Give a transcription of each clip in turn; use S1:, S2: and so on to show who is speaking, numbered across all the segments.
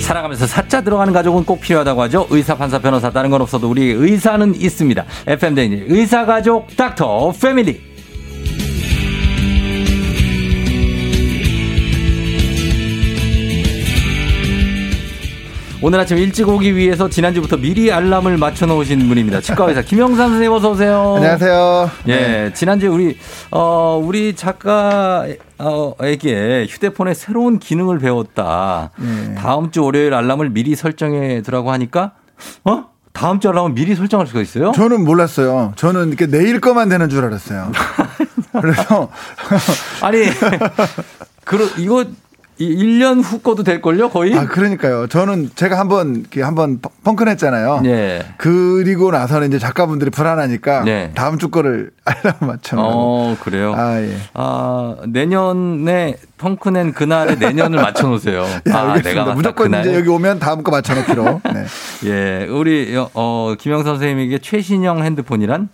S1: 살아가면서 사자 들어가는 가족은 꼭 필요하다고 하죠. 의사, 판사, 변호사 다른 건 없어도 우리 의사는 있습니다. FM 대인 의사 가족 닥터 패밀리. 오늘 아침 일찍 오기 위해서 지난주부터 미리 알람을 맞춰 놓으신 분입니다. 치과 의사 김영삼 선생님 어서 오세요.
S2: 안녕하세요.
S1: 예,
S2: 네.
S1: 지난주에 우리 어 우리 작가 어에게 휴대폰에 새로운 기능을 배웠다.
S2: 네.
S1: 다음 주 월요일 알람을 미리 설정해 두라고 하니까 어? 다음 주 알람은 미리 설정할 수가 있어요?
S2: 저는 몰랐어요. 저는 이렇게 내일 거만 되는 줄 알았어요. 그래서
S1: 아니. 그러 이거 이 1년 후 거도 될 걸요, 거의?
S2: 아 그러니까요. 저는 제가 한번 이렇게 한번 펑- 펑크냈잖아요.
S1: 예.
S2: 그리고 나서는 이제 작가분들이 불안하니까
S1: 네.
S2: 다음 주 거를 알람 맞춰놓고
S1: 어, 그래요.
S2: 아 예.
S1: 아, 내년에 펑크낸 그날에 내년을 맞춰 놓으세요.
S2: 예,
S1: 아,
S2: 알겠습니다.
S1: 맞다,
S2: 무조건 이제
S1: 그날에.
S2: 여기 오면 다음 거 맞춰놓기로. 네.
S1: 예, 우리 어, 어 김영선 선생님에게 최신형 핸드폰이란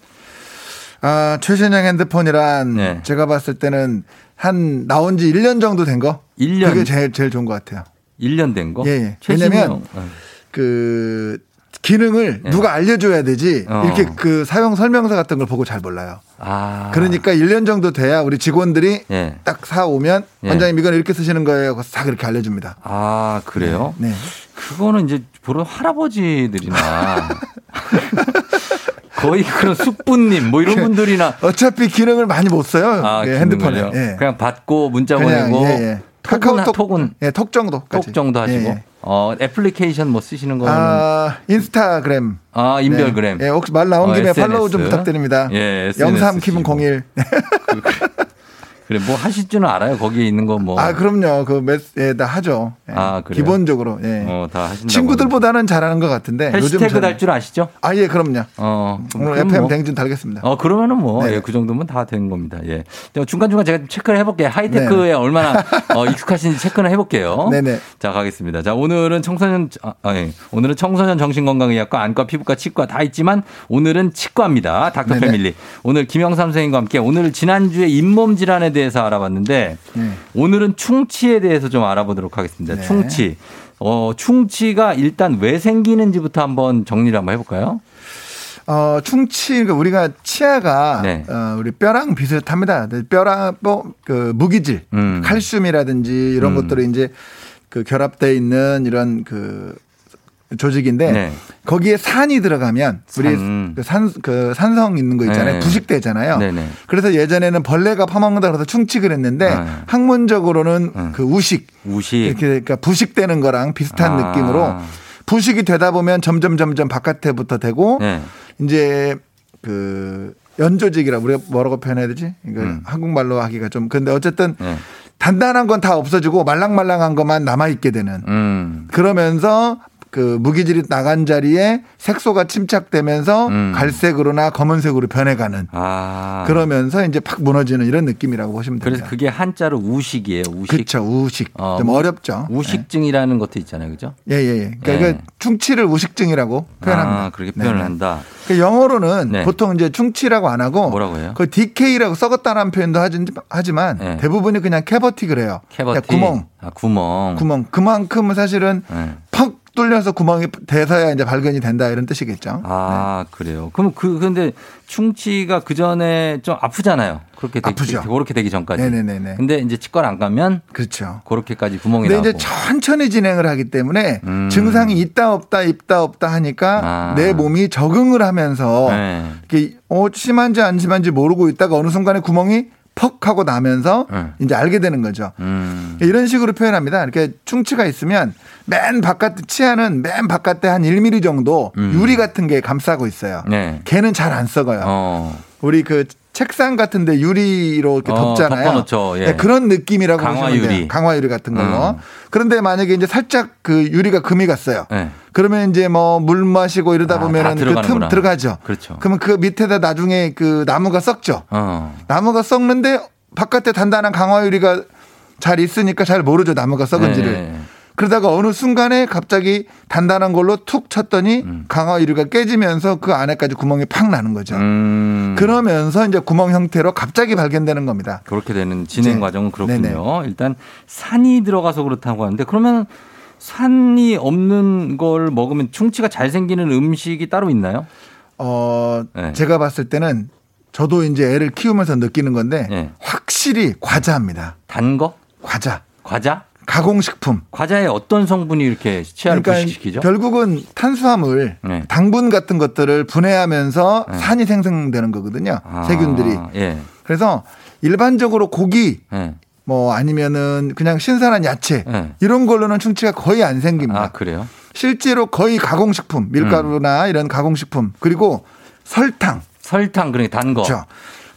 S2: 아 최신형 핸드폰이란
S1: 네.
S2: 제가 봤을 때는 한 나온 지 1년 정도 된 거.
S1: 1년?
S2: 그게 제일 제일 좋은 것 같아요.
S1: 1년 된 거?
S2: 예, 예.
S1: 최신형.
S2: 왜냐면 그 기능을 누가 알려줘야 되지
S1: 예. 어.
S2: 이렇게 그 사용 설명서 같은 걸 보고 잘 몰라요.
S1: 아.
S2: 그러니까 1년 정도 돼야 우리 직원들이
S1: 예.
S2: 딱 사오면
S1: 예.
S2: 원장님 이건 이렇게 쓰시는 거예요. 하고 싹 이렇게 알려줍니다.
S1: 아, 그래요?
S2: 네.
S1: 그거는 이제 보로 할아버지들이나 거의 그런 숙부님 뭐 이런 분들이나
S2: 어차피 기능을 많이 못 써요.
S1: 아, 기능을요?
S2: 예, 그 핸드폰에. 예.
S1: 그냥 받고 문자
S2: 그냥,
S1: 보내고
S2: 예, 예.
S1: 톡은 하- 톡은
S2: 예, 톡 정도까지.
S1: 톡 정도 하시고
S2: 예, 예.
S1: 어, 애플리케이션 뭐 쓰시는 거는 아,
S2: 아, 인스타그램.
S1: 인별그램.
S2: 네. 예, 혹시 말 나온
S1: 어,
S2: 김에
S1: SNS.
S2: 팔로우 좀 부탁드립니다.
S1: 예, SNS
S2: 영삼 킴은
S1: 쓰시고.
S2: 01.
S1: 그래 뭐 하실 줄은 알아요. 거기에 있는 거 뭐.
S2: 아, 그럼요. 그 메스, 예, 다 하죠. 예.
S1: 아, 그래요?
S2: 기본적으로, 예.
S1: 어, 다 하신다고.
S2: 친구들보다는 잘하는 것 같은데. 요즘
S1: 해시태그
S2: 저는-
S1: 달 줄 아시죠?
S2: 아, 예, 그럼요.
S1: 네, 어.
S2: 오늘
S1: 그럼
S2: FM
S1: 뭐.
S2: 댕진 달겠습니다.
S1: 어 그러면은 뭐 그
S2: 네.
S1: 정도면 다 되는 겁니다. 예. 저 중간중간 제가 좀 체크를 해볼게요. 하이테크에
S2: 네.
S1: 얼마나 어, 익숙하신지 체크를 해볼게요.
S2: 네네.
S1: 자 가겠습니다. 자 오늘은 청소년 아, 아, 예. 오늘은 청소년 정신건강의학과 안과 피부과 치과 다 있지만 오늘은 치과입니다. 닥터
S2: 네네.
S1: 패밀리. 오늘 김영삼 선생님과 함께 오늘 지난주에 잇몸 질환에 대해서 알아봤는데
S2: 네.
S1: 오늘은 충치에 대해서 좀 알아보도록 하겠습니다.
S2: 네.
S1: 충치. 어 충치가 일단 왜 생기는지부터 한번 정리를 한번 해볼까요?
S2: 어, 충치, 그러니까 우리가 치아가,
S1: 네.
S2: 어, 우리 뼈랑 비슷합니다. 근데 뼈랑, 뭐, 그, 무기질,
S1: 음.
S2: 칼슘이라든지
S1: 음.
S2: 이런 것들이 이제 그 결합되어 있는 이런 그 조직인데
S1: 네.
S2: 거기에 산이 들어가면 우리
S1: 산.
S2: 그 산, 그 산성 있는 거 있잖아요.
S1: 네.
S2: 부식되잖아요.
S1: 네네.
S2: 그래서 예전에는 벌레가 파먹는다 그래서 충치 그랬는데
S1: 네.
S2: 학문적으로는
S1: 네.
S2: 그 우식,
S1: 우식.
S2: 이렇게 그러니까 부식되는 거랑 비슷한
S1: 아.
S2: 느낌으로 부식이 되다 보면 점점 점점 바깥에부터 되고
S1: 네.
S2: 이제 그 연조직이라 우리가 뭐라고 표현해야 되지? 이거
S1: 음.
S2: 한국말로 하기가 좀 근데 어쨌든
S1: 네.
S2: 단단한 건 다 없어지고 말랑말랑한 것만 남아 있게 되는
S1: 음.
S2: 그러면서 그 무기질이 나간 자리에 색소가 침착되면서
S1: 음.
S2: 갈색으로나 검은색으로 변해가는
S1: 아.
S2: 그러면서 이제 팍 무너지는 이런 느낌이라고 보시면
S1: 그래서
S2: 됩니다.
S1: 그게 한자로 우식이에요. 우식.
S2: 그렇죠 우식
S1: 어,
S2: 좀
S1: 우-
S2: 어렵죠.
S1: 우식증이라는 것도 있잖아요. 그죠?
S2: 예예예. 그러니까
S1: 예.
S2: 이거 충치를 우식증이라고 표현합니다.
S1: 아, 그렇게 표현을
S2: 네.
S1: 한다.
S2: 그 영어로는
S1: 네.
S2: 보통 이제 충치라고 안 하고
S1: 뭐라고 해요?
S2: 그 DK라고 썩었다라는 표현도 하진- 하지만
S1: 네.
S2: 대부분이 그냥 캐버티 그래요. 그러니까
S1: 캐버티.
S2: 구멍,
S1: 아, 구멍.
S2: 구멍. 그만큼은 사실은
S1: 네.
S2: 퍽 뚫려서 구멍이 돼서야 이제 발견이 된다 이런 뜻이겠죠.
S1: 아, 그래요. 그럼 그 근데 충치가 그 전에 좀 아프잖아요. 그렇게 되기
S2: 아프죠.
S1: 그렇게 되기 전까지.
S2: 네네네네.
S1: 근데 이제 치과를 안 가면
S2: 그렇죠.
S1: 그렇게까지 구멍이
S2: 근데
S1: 나고.
S2: 이제 천천히 진행을 하기 때문에
S1: 음.
S2: 증상이 있다 없다 있다 없다 하니까
S1: 아.
S2: 내 몸이 적응을 하면서
S1: 네.
S2: 이렇게 어, 심한지 안 심한지 모르고 있다가 어느 순간에 구멍이 퍽 하고 나면서
S1: 네.
S2: 이제 알게 되는 거죠.
S1: 음.
S2: 이런 식으로 표현합니다. 이렇게 충치가 있으면 맨 바깥 치아는 맨 바깥에 한 1mm 정도 유리 같은 게 감싸고 있어요.
S1: 음. 네.
S2: 걔는 잘 안 썩어요.
S1: 어.
S2: 우리 그 책상 같은데 유리로 이렇게
S1: 어,
S2: 덮잖아요.
S1: 덮어놓죠. 예.
S2: 네, 그런 느낌이라고
S1: 강화
S2: 보시면 돼요.
S1: 유리.
S2: 강화 유리 같은 걸로.
S1: 음.
S2: 그런데 만약에 이제 살짝 그 유리가 금이 갔어요.
S1: 네.
S2: 그러면 이제 뭐 물 마시고 이러다
S1: 아, 다
S2: 보면은 그
S1: 들어가는구나.
S2: 틈 들어가죠.
S1: 그렇죠.
S2: 그러면 그 밑에다 나중에 그 나무가 썩죠.
S1: 어.
S2: 나무가 썩는데 바깥에 단단한 강화유리가 잘 있으니까 잘 모르죠 나무가 썩은지를
S1: 네.
S2: 그러다가 어느 순간에 갑자기 단단한 걸로 툭 쳤더니 강화유리가 깨지면서 그 안에까지 구멍이 팍 나는 거죠
S1: 음.
S2: 그러면서 이제 구멍 형태로 갑자기 발견되는 겁니다
S1: 그렇게 되는 진행
S2: 네.
S1: 과정은 그렇군요.
S2: 네네.
S1: 일단 산이 들어가서 그렇다고 하는데 그러면 산이 없는 걸 먹으면 충치가 잘 생기는 음식이 따로 있나요?
S2: 어,
S1: 네.
S2: 제가 봤을 때는 저도 이제 애를 키우면서 느끼는 건데
S1: 네.
S2: 확실히 과자입니다.
S1: 단 거?
S2: 과자.
S1: 과자?
S2: 가공식품.
S1: 과자에 어떤 성분이 이렇게 치아를
S2: 그러니까
S1: 부식시키죠?
S2: 결국은 탄수화물,
S1: 네.
S2: 당분 같은 것들을 분해하면서 산이 생성되는 거거든요.
S1: 아,
S2: 세균들이.
S1: 예.
S2: 그래서 일반적으로 고기
S1: 예.
S2: 뭐 아니면은 그냥 신선한 야채
S1: 네.
S2: 이런 걸로는 충치가 거의 안 생깁니다.
S1: 아, 음. 그래요?
S2: 실제로 거의 가공식품, 밀가루나 이런 가공식품 그리고 설탕,
S1: 설탕, 그러니까 단 거.
S2: 그렇죠.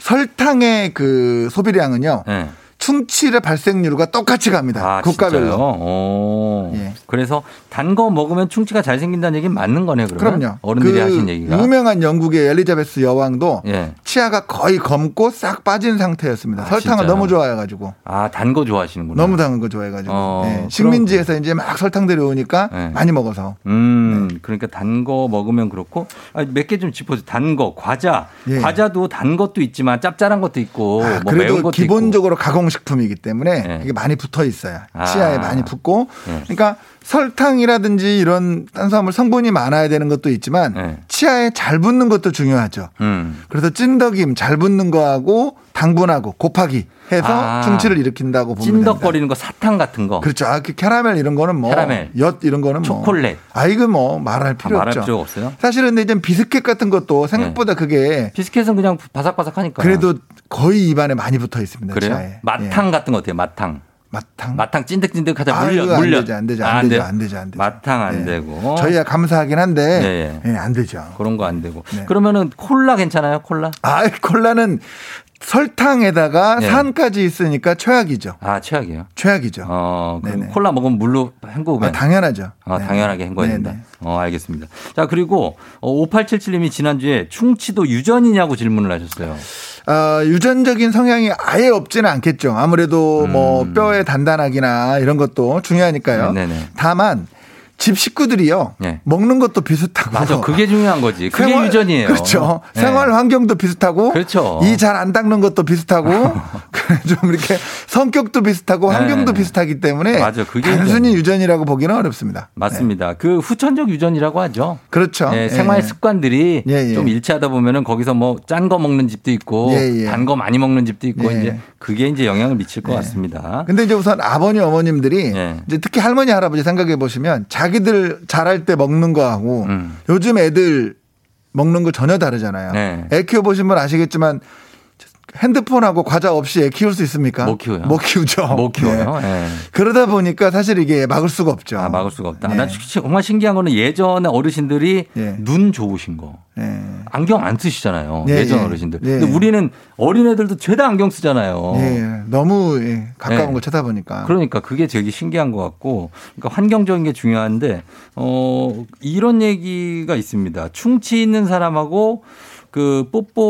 S2: 설탕의 그 소비량은요.
S1: 예.
S2: 충치의 발생률과 똑같이 갑니다.
S1: 아,
S2: 국가별로.
S1: 진짜요? 오.
S2: 예.
S1: 그래서 단 거 먹으면 충치가 잘 생긴다는 얘기는 맞는 거네요, 그러면.
S2: 그럼요.
S1: 어른들이
S2: 그
S1: 하신 얘기가.
S2: 유명한 영국의 엘리자베스 여왕도
S1: 예.
S2: 치아가 거의 검고 싹 빠진 상태였습니다.
S1: 아,
S2: 설탕을
S1: 진짜요?
S2: 너무 좋아해가지고.
S1: 아, 단 거 좋아하시는구나.
S2: 너무 당한 거 좋아해가지고
S1: 어,
S2: 예,
S1: 그럼-
S2: 식민지에서 이제 막 설탕들이 오니까
S1: 네.
S2: 많이 먹어서
S1: 음,
S2: 네.
S1: 그러니까 단 거 먹으면 그렇고 아, 몇 개 좀 짚어주세요. 단 거, 과자.
S2: 예.
S1: 과자도 단 것도 있지만 짭짤한 것도 있고
S2: 아,
S1: 뭐 매운
S2: 그래도
S1: 것도 있고.
S2: 기본적으로 가공식품이기 때문에
S1: 네.
S2: 이게 많이 붙어 있어요.
S1: 아.
S2: 치아에 많이 붙고.
S1: 네.
S2: 그러니까 설탕이라든지 이런 탄수화물 성분이 많아야 되는 것도 있지만
S1: 네.
S2: 치아에 잘 붙는 것도 중요하죠.
S1: 음.
S2: 그래서 찐덕임 잘 붙는 거하고 당분하고 곱하기 해서
S1: 아.
S2: 충치를 일으킨다고 보면 됩니다.
S1: 찐덕거리는 거 사탕 같은 거.
S2: 그렇죠. 아, 그 캐러멜 이런 거는 뭐,
S1: 어. 캐러멜.
S2: 엿 이런 거는 뭐,
S1: 초콜릿.
S2: 아 이거 뭐 말할
S1: 다
S2: 필요
S1: 말할
S2: 없죠.
S1: 필요가 없어요.
S2: 사실은 근데 이제 비스켓 같은 것도 생각보다 그게
S1: 비스켓은 그냥 바삭바삭하니까.
S2: 그래도 거의 입안에 많이 붙어 있습니다.
S1: 그래요?
S2: 치아에.
S1: 마탕
S2: 예.
S1: 같은 거 어때요? 마탕.
S2: 마탕.
S1: 마탕 찐득찐득하자
S2: 아,
S1: 물려
S2: 이거 안
S1: 물려.
S2: 되죠, 안 되죠,
S1: 아,
S2: 안 되죠,
S1: 돼요?
S2: 안 되죠, 안 되죠.
S1: 마탕 안
S2: 예.
S1: 되고.
S2: 저희야 감사하긴 한데
S1: 예, 예.
S2: 예, 안 되죠.
S1: 그런 거 안 되고.
S2: 네.
S1: 그러면은 콜라 괜찮아요? 콜라?
S2: 아 콜라는 설탕에다가
S1: 예.
S2: 산까지 있으니까 최악이죠.
S1: 아, 최악이에요.
S2: 최악이죠.
S1: 어, 그럼
S2: 네네.
S1: 콜라 먹으면 물로 헹구면
S2: 아, 당연하죠.
S1: 아,
S2: 네.
S1: 당연하게 한 거야
S2: 네,
S1: 된다.
S2: 네.
S1: 어, 알겠습니다. 자, 그리고 어, 5877님이 지난주에 충치도 유전이냐고 질문을 하셨어요.
S2: 어, 유전적인 성향이 아예 없지는 않겠죠. 아무래도 뭐 뼈의 단단하기나 이런 것도 중요하니까요.
S1: 음. 네, 네.
S2: 다만 집 식구들이요
S1: 네.
S2: 먹는 것도 비슷하고
S1: 맞아. 그게 중요한 거지. 그게
S2: 생활-
S1: 유전이에요.
S2: 그렇죠.
S1: 네.
S2: 생활 환경도 비슷하고.
S1: 그렇죠.
S2: 이 잘 안 닦는 것도 비슷하고. 좀 이렇게 성격도 비슷하고 환경도
S1: 네.
S2: 비슷하기 때문에.
S1: 맞아, 그게
S2: 단순히 유전이라고 보기는 어렵습니다.
S1: 맞습니다.
S2: 네.
S1: 그 후천적 유전이라고 하죠.
S2: 그렇죠.
S1: 예,
S2: 예,
S1: 생활
S2: 예.
S1: 습관들이
S2: 예, 예.
S1: 좀 일치하다 보면은 거기서 뭐 짠 거 먹는 집도 있고
S2: 예, 예.
S1: 단 거 많이 먹는 집도 있고
S2: 예.
S1: 이제 그게 이제 영향을 미칠 것 같습니다.
S2: 근데 이제 우선 아버님 어머님들이
S1: 아. 예.
S2: 이제 특히 할머니 할아버지 생각해 보시면 자기들 자랄 때 먹는 거하고
S1: 음.
S2: 요즘 애들 먹는 거 전혀 다르잖아요.
S1: 네.
S2: 애 키워 보신 분 아시겠지만 핸드폰하고 과자 없이 애 키울 수 있습니까?
S1: 못 키워요.
S2: 못 키우죠.
S1: 못 키워요.
S2: 네.
S1: 예.
S2: 그러다 보니까 사실 이게 막을 수가 없죠.
S1: 아, 막을 수가 없다.
S2: 네.
S1: 나 정말 신기한 거는 예전에 어르신들이
S2: 예.
S1: 눈 좋으신 거.
S2: 네.
S1: 안경 안 쓰시잖아요.
S2: 예,
S1: 예전
S2: 예.
S1: 어르신들.
S2: 예.
S1: 근데 우리는 어린애들도 죄다 안경 쓰잖아요.
S2: 예, 너무 예, 가까운
S1: 예.
S2: 걸 쳐다보니까.
S1: 어. 그러니까 그게 되게 신기한 것 같고, 그러니까 환경적인 게 중요한데, 어, 이런 얘기가 있습니다. 충치 있는 사람하고 그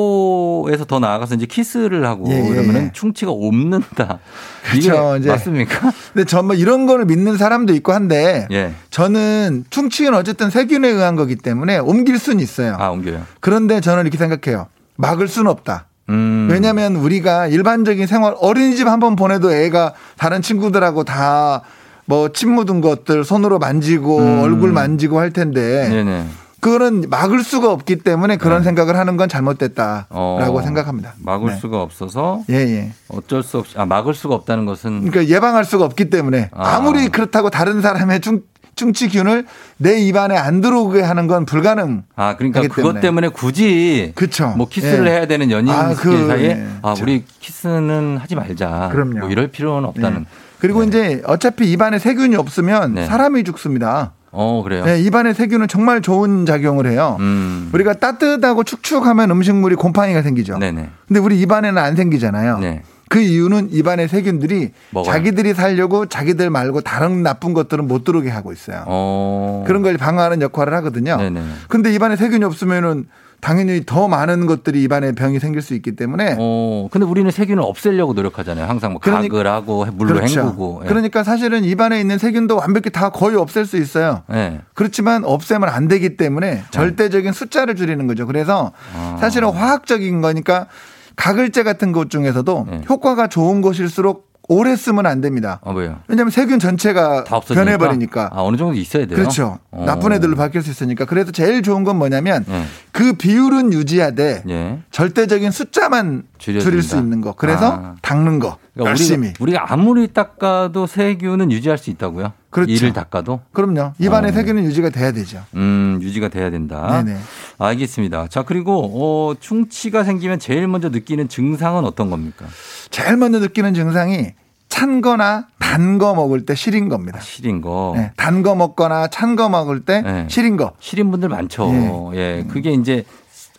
S1: 뽀뽀에서 더 나아가서 이제 키스를 하고
S2: 예, 예,
S1: 이러면은
S2: 예.
S1: 충치가 옵는다.
S2: 그렇죠,
S1: 이게
S2: 이제.
S1: 맞습니까?
S2: 근데 전뭐 이런 거를 믿는 사람도 있고 한데
S1: 예.
S2: 저는 충치는 어쨌든 세균에 의한 거기 때문에 옮길 수는 있어요.
S1: 아, 옮겨요.
S2: 그런데 저는 이렇게 생각해요. 막을 수는 없다.
S1: 음.
S2: 왜냐하면 우리가 일반적인 생활 어린이집 한 번 보내도 애가 다른 친구들하고 다 뭐 침 묻은 것들 손으로 만지고 얼굴 만지고 할 텐데
S1: 음. 네네. 네.
S2: 그거는 막을 수가 없기 때문에 그런 생각을 하는 건 잘못됐다라고
S1: 어,
S2: 생각합니다.
S1: 막을
S2: 네.
S1: 수가 없어서
S2: 예예.
S1: 어쩔 수 없이, 아, 막을 수가 없다는 것은
S2: 그러니까 예방할 수가 없기 때문에
S1: 아.
S2: 아. 무리 그렇다고 다른 사람의 충, 충치균을 내 입안에 안 들어오게 하는 건 불가능.
S1: 아, 그러니까
S2: 하기
S1: 그것 때문에 굳이
S2: 그쵸.
S1: 뭐 키스를
S2: 예.
S1: 해야 되는 연인
S2: 아, 그,
S1: 사이에
S2: 예.
S1: 아,
S2: 그쵸.
S1: 우리 키스는 하지 말자.
S2: 그럼요.
S1: 뭐 이럴 필요는 없다는.
S2: 네. 그리고 이제 어차피 입안에 세균이 없으면
S1: 네.
S2: 사람이 죽습니다.
S1: 어, 그래요.
S2: 네, 입안에 세균은 정말 좋은 작용을 해요.
S1: 음.
S2: 우리가 따뜻하고 축축하면 음식물이 곰팡이가 생기죠.
S1: 네네.
S2: 근데 우리 입안에는 안 생기잖아요.
S1: 네.
S2: 그 이유는 입안의 세균들이
S1: 먹어요.
S2: 자기들이 살려고 자기들 말고 다른 나쁜 것들은 못 들어오게 하고 있어요.
S1: 어.
S2: 그런 걸 방어하는 역할을 하거든요.
S1: 네네.
S2: 근데 입안에 세균이 없으면은 당연히 더 많은 것들이 입안에 병이 생길 수 있기 때문에
S1: 어, 근데 우리는 세균을 없애려고 노력하잖아요. 항상 뭐
S2: 그러니-
S1: 각을 하고 물로 헹구고. 예.
S2: 그러니까 사실은 입안에 있는 세균도 완벽히 다 거의 없앨 수 있어요.
S1: 예.
S2: 그렇지만 없애면 안 되기
S1: 네.
S2: 때문에 절대적인 숫자를 줄이는 거죠. 그래서
S1: 아. 네.
S2: 사실은 화학적인 거니까 가글제 같은 것 중에서도 효과가 좋은 것일수록 오래 쓰면 안 됩니다.
S1: 아 왜요?
S2: 왜냐하면 세균 전체가
S1: 다 없어지니까.
S2: 변해버리니까.
S1: 아 어느 정도 있어야 돼요.
S2: 그렇죠.
S1: 어.
S2: 나쁜 애들로 바뀔 수 있으니까. 그래서 제일 좋은 건 뭐냐면
S1: 예.
S2: 그 비율은 유지하되
S1: 예.
S2: 절대적인 숫자만
S1: 줄여준다.
S2: 줄일 수 있는 거. 그래서
S1: 아.
S2: 닦는 거.
S1: 그러니까
S2: 열심히.
S1: 우리가, 우리가 아무리 닦아도 세균은 유지할 수 있다고요?
S2: 그렇죠.
S1: 이를 닦아도
S2: 그럼요. 입안의
S1: 어.
S2: 세균은 유지가 돼야 되죠.
S1: 음, 유지가 돼야 된다.
S2: 네네.
S1: 알겠습니다. 자, 그리고 어, 충치가 생기면 제일 먼저 느끼는 증상은 어떤 겁니까?
S2: 제일 먼저 느끼는 증상이 찬 거나 단 거 먹을 때 시린 겁니다. 네,
S1: 시린 거.
S2: 단 거 먹거나 찬 거 먹을 때
S1: 어. 네.
S2: 시린 거.
S1: 시린 분들
S2: 네.
S1: 많죠. 예.
S2: 음.
S1: 그게 이제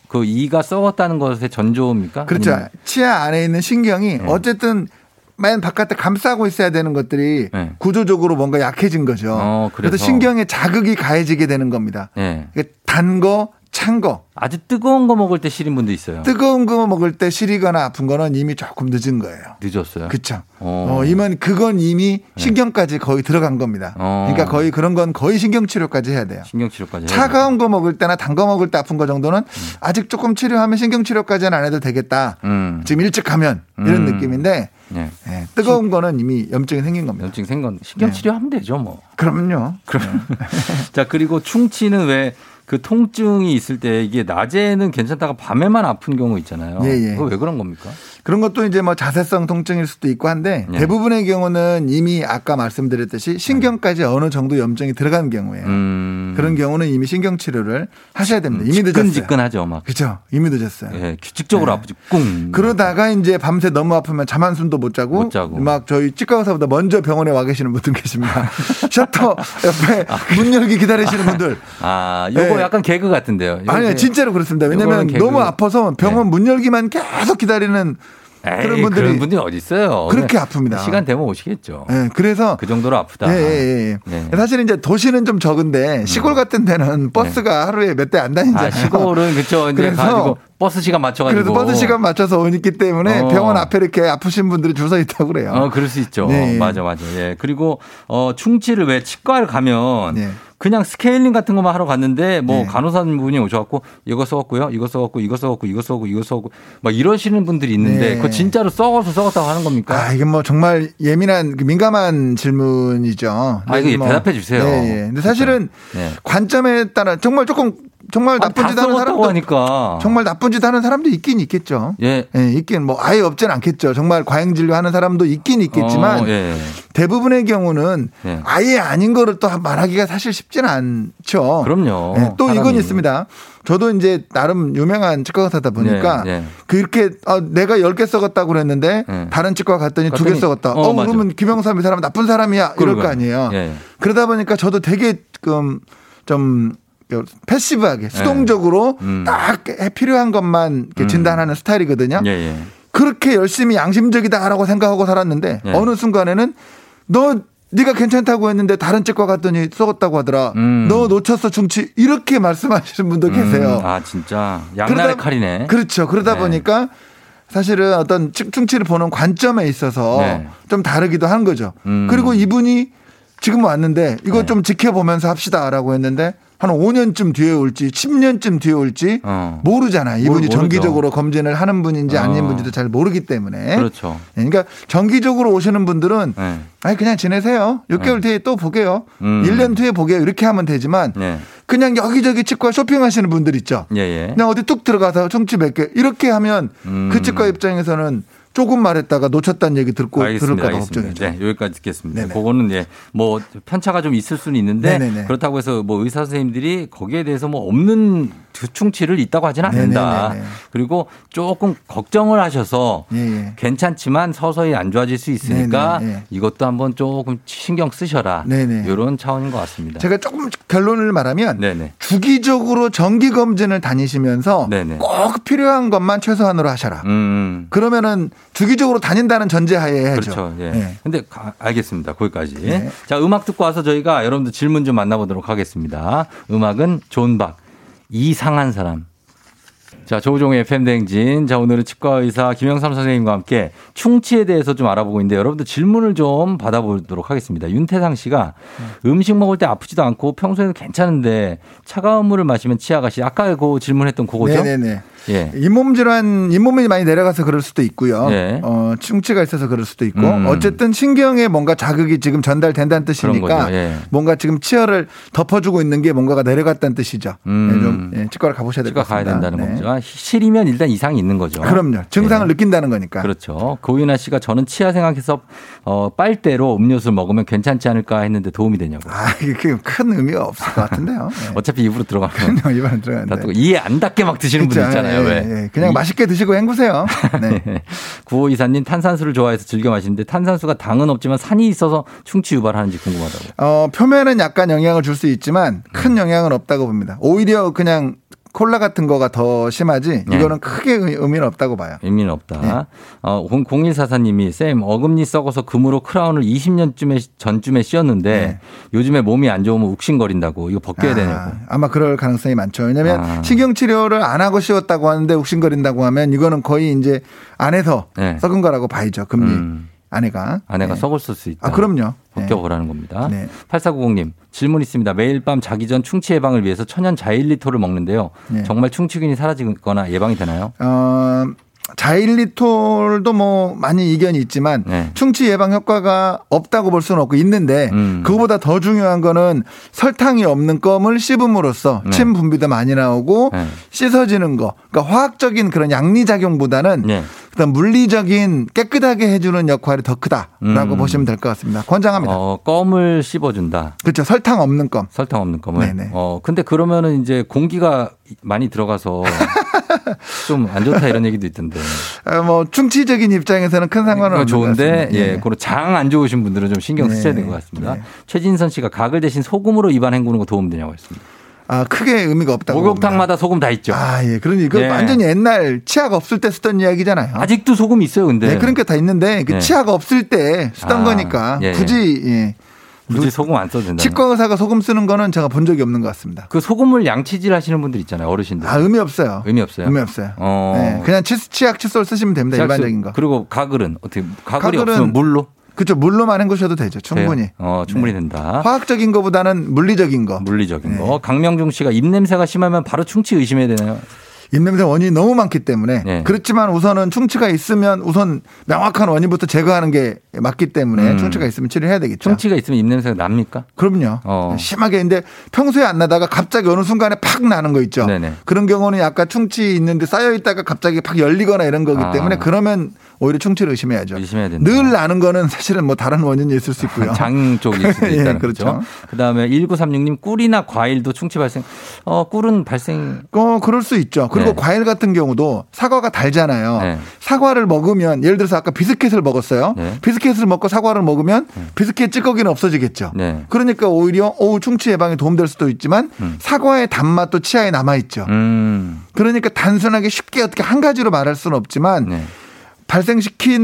S1: 그 이가 썩었다는 것의 전조입니까?
S2: 그렇죠.
S1: 아니면-
S2: 치아 안에 있는 신경이 어쨌든 맨 바깥에 감싸고 있어야 되는 것들이
S1: 네.
S2: 구조적으로 뭔가 약해진 거죠.
S1: 어,
S2: 그래서.
S1: 그래서
S2: 신경에 자극이 가해지게 되는 겁니다.
S1: 예.
S2: 단 거, 찬 거,
S1: 아주 뜨거운 거 먹을 때 시린 분도 있어요.
S2: 뜨거운 거 먹을 때 시리거나 아픈 거는 이미 조금 늦은 거예요.
S1: 늦었어요.
S2: 그렇죠.
S1: 어. 네.
S2: 어, 이면 그건 이미 신경까지 거의 들어간 겁니다.
S1: 어. 네.
S2: 그러니까 거의 그런 건 거의 신경 치료까지 해야 돼요.
S1: 신경 치료까지.
S2: 차가운 거 먹을 때나 단 거 먹을 때 아픈 거 정도는 아직 조금 치료하면 신경 치료까지는 안 해도 되겠다.
S1: 음.
S2: 지금 일찍 가면 이런
S1: 음.
S2: 느낌인데
S1: 예.
S2: 예, 뜨거운 거는 이미 염증이 생긴 겁니다.
S1: 염증 생건 신경
S2: 네.
S1: 치료하면 되죠, 뭐.
S2: 그럼요.
S1: 그럼
S2: 네.
S1: 자 그리고 충치는 왜 그 통증이 있을 때 이게 낮에는 괜찮다가 밤에만 아픈 경우 있잖아요.
S2: 예, 예.
S1: 그거 왜 그런 겁니까?
S2: 그런 것도 이제 뭐 자세성 통증일 수도 있고 한데
S1: 네.
S2: 대부분의 경우는 이미 아까 말씀드렸듯이 신경까지 어느 정도 염증이 들어간 경우에요.
S1: 음,
S2: 그런 경우는 이미 신경 치료를 하셔야 됩니다. 이미 늦었어요.
S1: 지끈지끈하죠, 막.
S2: 그죠? 이미 늦었어요.
S1: 예, 규칙적으로
S2: 예.
S1: 아프지. 꿍.
S2: 그러다가 이제 밤새 너무 아프면 잠 한숨도 못 자고,
S1: 못 자고.
S2: 막 저희 치과 의사보다 먼저 병원에 와 계시는 분들 계십니다. 셔터 옆에 문 열기 기다리시는 분들.
S1: 아, 요거
S2: 예.
S1: 약간 개그 같은데요. 이거
S2: 아니요,
S1: 이제-
S2: 진짜로 그렇습니다. 왜냐면
S1: 요거는
S2: 너무
S1: 개그. 네.
S2: 아파서 병원 문 열기만 계속 기다리는
S1: 에이,
S2: 그런 분들이
S1: 어디 있어요?
S2: 그렇게
S1: 그냥
S2: 아픕니다.
S1: 시간 되면 오시겠죠.
S2: 예, 그래서
S1: 그 정도로 아프다.
S2: 예, 예, 예.
S1: 네. 음.
S2: 사실 이제 도시는 좀 적은데 시골 같은 데는 버스가 하루에 몇 대 안 다니잖아요.
S1: 아, 시골은 그쵸. 이제
S2: 그래서-
S1: 가지고 버스 시간 맞춰가지고.
S2: 그래서 버스 시간 맞춰서 오기 때문에
S1: 어.
S2: 병원 앞에 이렇게 아프신 분들이 줄 서 있다고 그래요.
S1: 어, 그럴 수 있죠.
S2: 네.
S1: 맞아, 맞아. 예. 그리고, 어, 충치를 왜 치과를 가면
S2: 네.
S1: 그냥 스케일링 같은 것만 하러 갔는데 뭐
S2: 네.
S1: 간호사분이 오셔갖고 이거 써갖고요, 이거 써갖고, 이거 써갖고, 이거 써갖고, 이거 써갖고 막 이러시는 분들이 있는데
S2: 네.
S1: 그거 진짜로 썩어서 썩었다고 하는 겁니까?
S2: 아, 이건 뭐 정말 예민한 그 민감한 질문이죠.
S1: 아, 이거
S2: 뭐-
S1: 대답해 주세요.
S2: 예, 예. 근데 사실은
S1: 네.
S2: 관점에 따라 정말 조금 정말
S1: 아니,
S2: 나쁜 짓
S1: 다
S2: 하는
S1: 썩었다고
S2: 사람도
S1: 하니까.
S2: 정말 나쁜 짓 하는 사람도 있긴 있겠죠.
S1: 예.
S2: 예, 있긴 뭐 아예 없진 않겠죠. 정말 과잉 진료 하는 사람도 있긴 있겠지만
S1: 어, 예.
S2: 대부분의 경우는
S1: 예.
S2: 아예 아닌 거를 또 말하기가 사실 쉽진 않죠.
S1: 그럼요.
S2: 예, 또 이건
S1: 사람이.
S2: 있습니다. 저도 이제 나름 유명한 치과 의사다 보니까
S1: 예, 예.
S2: 그렇게 아, 내가 10개 썩었다고 그랬는데
S1: 예.
S2: 다른 치과 갔더니 두 개
S1: 갔더니,
S2: 썩었다.
S1: 어,
S2: 어,
S1: 맞아.
S2: 그러면 김영삼 이 사람 나쁜 사람이야. 이럴
S1: 그러니까요.
S2: 거 아니에요.
S1: 예.
S2: 그러다 보니까 저도 되게 좀, 좀그 패시브하게 수동적으로
S1: 예. 음.
S2: 딱 필요한 것만 이렇게 진단하는 스타일이거든요.
S1: 예, 예.
S2: 그렇게 열심히 양심적이다라고 생각하고 살았는데
S1: 예.
S2: 어느 순간에는 너 네가 괜찮다고 했는데 다른 치과 갔더니 썩었다고 하더라.
S1: 음.
S2: 너 놓쳤어 충치 이렇게 말씀하시는 분도 계세요.
S1: 음, 아, 진짜. 양날의 칼이네.
S2: 그렇죠. 그러다
S1: 네.
S2: 보니까 사실은 어떤 치- 충치를 보는 관점에 있어서
S1: 네.
S2: 좀 다르기도 한 거죠.
S1: 음.
S2: 그리고 이분이 지금 왔는데 이거
S1: 네.
S2: 좀 지켜보면서 합시다라고 했는데 한 5년쯤 뒤에 올지 10년쯤 뒤에 올지
S1: 어.
S2: 모르잖아요. 이분이
S1: 모르죠.
S2: 정기적으로 검진을 하는 분인지 아닌
S1: 어.
S2: 분인지도 잘 모르기 때문에.
S1: 그렇죠.
S2: 예, 그러니까 정기적으로 오시는 분들은
S1: 네.
S2: 아니 그냥 지내세요. 6개월 뒤에 또 보게요.
S1: 음.
S2: 1년 뒤에 보게요. 이렇게 하면 되지만
S1: 네.
S2: 그냥 여기저기 치과 쇼핑하시는 분들 있죠.
S1: 예, 예.
S2: 그냥 어디 뚝 들어가서 청취 몇 개 이렇게 하면
S1: 음.
S2: 그 치과 입장에서는 조금 말했다가 놓쳤다는 얘기 듣고 들을까 봐 걱정이죠.
S1: 네, 여기까지 듣겠습니다.
S2: 네네.
S1: 그거는 예, 뭐 편차가 좀 있을 수는 있는데
S2: 네네네.
S1: 그렇다고 해서 뭐 의사 선생님들이 거기에 대해서 뭐 없는 그 충치를 있다고 하지는 않는다.
S2: 네네네네.
S1: 그리고 조금 걱정을 하셔서
S2: 예, 예.
S1: 괜찮지만 서서히 안 좋아질 수 있으니까
S2: 네네네.
S1: 이것도 한번 조금 신경 쓰셔라.
S2: 네네.
S1: 이런 차원인 것 같습니다.
S2: 제가 조금 결론을 말하면
S1: 네. 네네.
S2: 주기적으로 정기 검진을 다니시면서
S1: 네네.
S2: 어, 꼭 필요한 것만 최소한으로 하셔라.
S1: 음.
S2: 그러면은 주기적으로 다닌다는 전제하에 해야죠.
S1: 그렇죠. 예.
S2: 예.
S1: 근데 가- 알겠습니다. 거기까지.
S2: 네.
S1: 자, 음악 듣고 와서 저희가 여러분들 질문 좀 만나보도록 하겠습니다. 음악은 존박 이상한 사람. 자, 조우종의 FM대행진. 자, 오늘은 치과의사 김영삼 선생님과 함께 충치에 대해서 좀 알아보고 있는데 여러분들 질문을 좀 받아보도록 하겠습니다. 윤태상 씨가 음식 먹을 때 아프지도 않고 평소에는 괜찮은데 차가운 물을 마시면 치아가시. 아까 그 질문했던 그거죠?
S2: 네네네.
S1: 예.
S2: 잇몸 질환, 잇몸이 많이 내려가서 그럴 수도 있고요.
S1: 예.
S2: 어, 충치가 있어서 그럴 수도 있고.
S1: 음.
S2: 어쨌든 신경에 뭔가 자극이 지금
S1: 그런
S2: 전달된다는 뜻이니까
S1: 거죠. 예.
S2: 뭔가 지금 치열을 덮어주고 있는 게 뭔가가 내려갔다는 뜻이죠.
S1: 음.
S2: 예, 좀 예, 치과를 가보셔야 될
S1: 치과
S2: 것 같습니다.
S1: 가야 된다는
S2: 네.
S1: 겁니다. 실이면 일단 이상이 있는 거죠.
S2: 그럼요. 증상을 느낀다는 거니까.
S1: 그렇죠. 고윤아 씨가 저는 치아 생각해서 어, 빨대로 음료수 먹으면 괜찮지 않을까 했는데 도움이 되냐고.
S2: 아, 이게 그큰 의미가 없을 것 같은데요.
S1: 어차피 입으로 들어가면
S2: 네. 입안
S1: 다
S2: 들어가는데.
S1: 또 이해 안 닿게 막 드시는
S2: 그렇죠.
S1: 분들 있잖아요.
S2: 예,
S1: 왜?
S2: 예, 예. 그냥 맛있게 드시고 헹구세요. 네.
S1: 구호 이사님 탄산수를 좋아해서 즐겨 마시는데 탄산수가 당은 없지만 산이 있어서 충치 유발하는지 궁금하다고.
S2: 어, 표면은 약간 영향을 줄 수
S1: 음.
S2: 있지만 큰 영향은 없다고 봅니다. 오히려 그냥 콜라 같은 거가 더 심하지
S1: 네.
S2: 이거는 크게 의- 의미는 없다고 봐요.
S1: 의미는 없다.
S2: 네.
S1: 어, 0144님이 쌤 어금니 썩어서 금으로 크라운을 20년쯤에 전쯤에 씌웠는데
S2: 네.
S1: 요즘에 몸이 안 좋으면 욱신거린다고 이거 벗겨야 되냐고.
S2: 아, 마 그럴 가능성이 많죠. 왜냐하면
S1: 아.
S2: 식용 치료를 안 하고 씌웠다고 하는데 욱신거린다고 하면 이거는 거의 이제 안에서
S1: 네.
S2: 썩은 거라고 봐야죠. 금리
S1: 음.
S2: 아내가
S1: 아내가
S2: 네.
S1: 썩을 수 있다.
S2: 아 그럼요. 네.
S1: 벗겨보라는 겁니다.
S2: 네.
S1: 8490님 질문 있습니다. 매일 밤 자기 전 충치 예방을 위해서 천연 자일리토를 먹는데요.
S2: 네.
S1: 정말 충치균이 사라지거나 예방이 되나요?
S2: 어, 자일리톨도 뭐 많이 이견이 있지만
S1: 네.
S2: 충치 예방 효과가 없다고 볼 수는 없고 있는데
S1: 음.
S2: 그거보다 더 중요한 거는 설탕이 없는 껌을 씹음으로써
S1: 네.
S2: 침 분비도 많이 나오고
S1: 네.
S2: 씻어지는 거 그러니까 화학적인 그런 양리 작용보다는
S1: 네.
S2: 그다음 물리적인 깨끗하게 해주는 역할이 더 크다라고
S1: 음.
S2: 보시면 될 것 같습니다. 권장합니다.
S1: 어, 껌을 씹어준다.
S2: 그렇죠 설탕 없는 껌.
S1: 설탕 없는 껌을.
S2: 네네.
S1: 어, 근데 그러면은 이제 공기가 많이 들어가서 좀 안 좋다 이런 얘기도 있던데.
S2: 아, 뭐 충치적인 입장에서는 큰 상관은
S1: 그거
S2: 없는 것
S1: 좋은데
S2: 같습니다.
S1: 예, 그런 장안 좋으신 분들은 좀 신경
S2: 네.
S1: 쓰셔야 될 것 같습니다.
S2: 네.
S1: 최진선 씨가 가글 대신 소금으로 입안 헹구는 거 도움 되냐고 했습니다.
S2: 아 크게 의미가 없다고 봅니다.
S1: 목욕탕마다 소금 다 있죠.
S2: 아, 예. 그러니 이거
S1: 예.
S2: 완전히 옛날 치아가 없을 때 쓰던 이야기잖아요.
S1: 아직도 소금 있어요, 근데.
S2: 네. 그러니까 다 있는데 그
S1: 예.
S2: 치아가 없을 때 쓰던
S1: 아,
S2: 거니까
S1: 예, 예.
S2: 굳이 예.
S1: 굳이 소금 안 써도 된다.
S2: 치과 의사가 소금 쓰는 거는 제가 본 적이 없는 것 같습니다.
S1: 그 소금을 양치질 하시는 분들 있잖아요, 어르신들.
S2: 아, 의미 없어요.
S1: 네. 의미 없어요.
S2: 의미 없어요.
S1: 어.
S2: 예. 그냥 치, 치약 칫솔 쓰시면 됩니다.
S1: 치약수-
S2: 일반적인 거.
S1: 그리고 가글은 어떻게 가글이
S2: 가글은
S1: 없으면 물로
S2: 그렇죠. 물로만 헹구셔도
S1: 돼요?
S2: 되죠. 충분히. 네.
S1: 어, 충분히 된다.
S2: 화학적인 네. 거보다는 물리적인 거.
S1: 물리적인 거. 강명중 씨가 입 냄새가 심하면 바로 충치 의심해야 되나요?
S2: 입냄새 원인이 너무 많기 때문에
S1: 네.
S2: 그렇지만 우선은 충치가 있으면 우선 명확한 원인부터 제거하는 게 맞기 때문에
S1: 음.
S2: 충치가 있으면 치료해야 되겠죠.
S1: 충치가 있으면 입 냄새가 납니까?
S2: 그럼요.
S1: 어.
S2: 심하게 근데 평소에 안 나다가 갑자기 어느 순간에 팍 나는 거 있죠.
S1: 네네.
S2: 그런 경우는 약간 충치 있는데 쌓여 있다가 갑자기 팍 열리거나 이런 거기
S1: 아.
S2: 때문에 그러면 오히려 충치를 의심해야죠.
S1: 의심해야 된다.
S2: 늘 나는 거는 사실은 뭐 다른 원인이 있을 수 있고요.
S1: 아, 장 쪽일 수도
S2: 예,
S1: 있다는
S2: 그렇죠.
S1: 거죠. 그다음에 1936님 꿀이나 과일도 충치 발생. 어, 꿀은 발생
S2: 어, 그럴 수 있죠. 그리고
S1: 네.
S2: 과일 같은 경우도 사과가 달잖아요.
S1: 네.
S2: 사과를 먹으면 예를 들어서 아까 비스켓을 먹었어요.
S1: 네.
S2: 비스켓을 먹고 사과를 먹으면 비스켓 찌꺼기는 없어지겠죠.
S1: 네.
S2: 그러니까 오히려 오 충치 예방에 도움될 수도 있지만 사과의 단맛도 치아에 남아 있죠.
S1: 음.
S2: 그러니까 단순하게 쉽게 어떻게 한 가지로 말할 수는 없지만
S1: 네.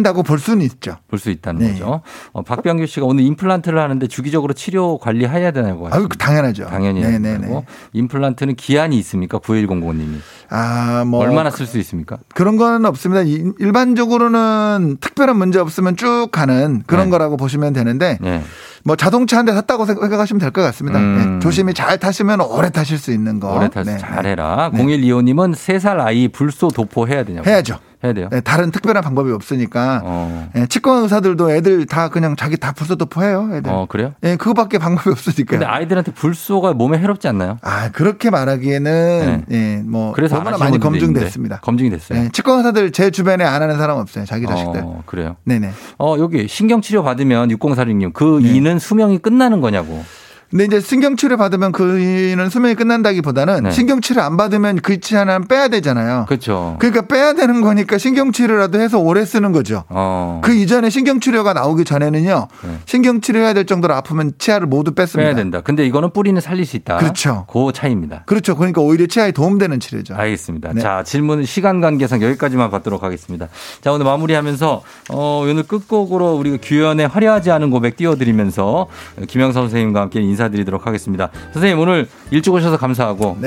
S2: 발생시킨다고 볼 수는 있죠.
S1: 볼 수 있다는
S2: 네.
S1: 거죠. 어, 박병규 씨가 오늘 임플란트를 하는데 주기적으로 치료 관리해야 되냐고
S2: 아유, 그
S1: 하셨습니다.
S2: 당연하죠.
S1: 당연히 해야
S2: 네네네.
S1: 되고 임플란트는 기한이 있습니까? 9100님이
S2: 아, 뭐
S1: 얼마나 쓸 수 있습니까?
S2: 그런 건 없습니다. 이- 일반적으로는 특별한 문제 없으면 쭉 가는 그런
S1: 네.
S2: 거라고 보시면 되는데
S1: 네.
S2: 뭐 자동차 한 대 샀다고 생각- 생각하시면 될 것 같습니다.
S1: 음.
S2: 네, 조심히 잘 타시면 오래 타실 수 있는 거.
S1: 오래 타서
S2: 네,
S1: 잘해라. 0125님은 3살 아이 불소 도포 해야 되냐고.
S2: 해야죠.
S1: 해야 돼요.
S2: 네, 다른 특별한 방법이 없으니까
S1: 어.
S2: 예, 치과 의사들도 애들 다 그냥 자기 다 불소도포 해요. 애들.
S1: 어, 그래요?
S2: 예, 그거밖에 방법이 없으니까.
S1: 근데 아이들한테 불소가 몸에 해롭지 않나요?
S2: 아 그렇게 말하기에는 예, 뭐
S1: 네. 그래서 안
S2: 너무나
S1: 하시는
S2: 많이
S1: 분들이
S2: 검증됐습니다.
S1: 있는데. 검증이 됐어요.
S2: 예, 치과 의사들 제 주변에 안 하는 사람 없어요. 자기 자식들.
S1: 어, 그래요.
S2: 네네.
S1: 어, 여기 신경치료 받으면 6046님 그
S2: 네.
S1: 이는 수명이 끝나는 거냐고.
S2: 근데 이제 신경치료 받으면 그는 수명이 끝난다기보다는
S1: 네.
S2: 신경치료 안 받으면 그 치 하나는 빼야 되잖아요.
S1: 그렇죠.
S2: 그러니까 빼야 되는 거니까 신경치료라도 해서 오래 쓰는 거죠.
S1: 어.
S2: 그 이전에 신경치료가 나오기 전에는요.
S1: 네.
S2: 신경치료해야 될 정도로 아프면 치아를 모두 뺐습니다.
S1: 빼야 된다. 근데 이거는 뿌리는 살릴 수 있다.
S2: 그 그렇죠.
S1: 그 차이입니다.
S2: 그렇죠. 그러니까 오히려 치아에 도움되는 치료죠.
S1: 알겠습니다.
S2: 네.
S1: 자, 질문 시간 관계상 여기까지만 받도록 하겠습니다. 자, 오늘 마무리하면서 어, 오늘 끝곡으로 우리가 규현의 화려하지 않은 고백 띄워드리면서 김영선 선생님과 함께 인사드리도록 하겠습니다. 선생님 오늘 일찍 오셔서 감사하고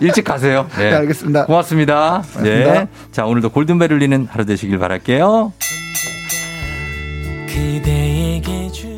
S1: 일찍 가세요. 예.
S2: 네, 알겠습니다.
S1: 고맙습니다.
S2: 고맙습니다.
S1: 예. 자, 오늘도 골든벨 울리는 하루 되시길 바랄게요.
S3: 그대에게 줄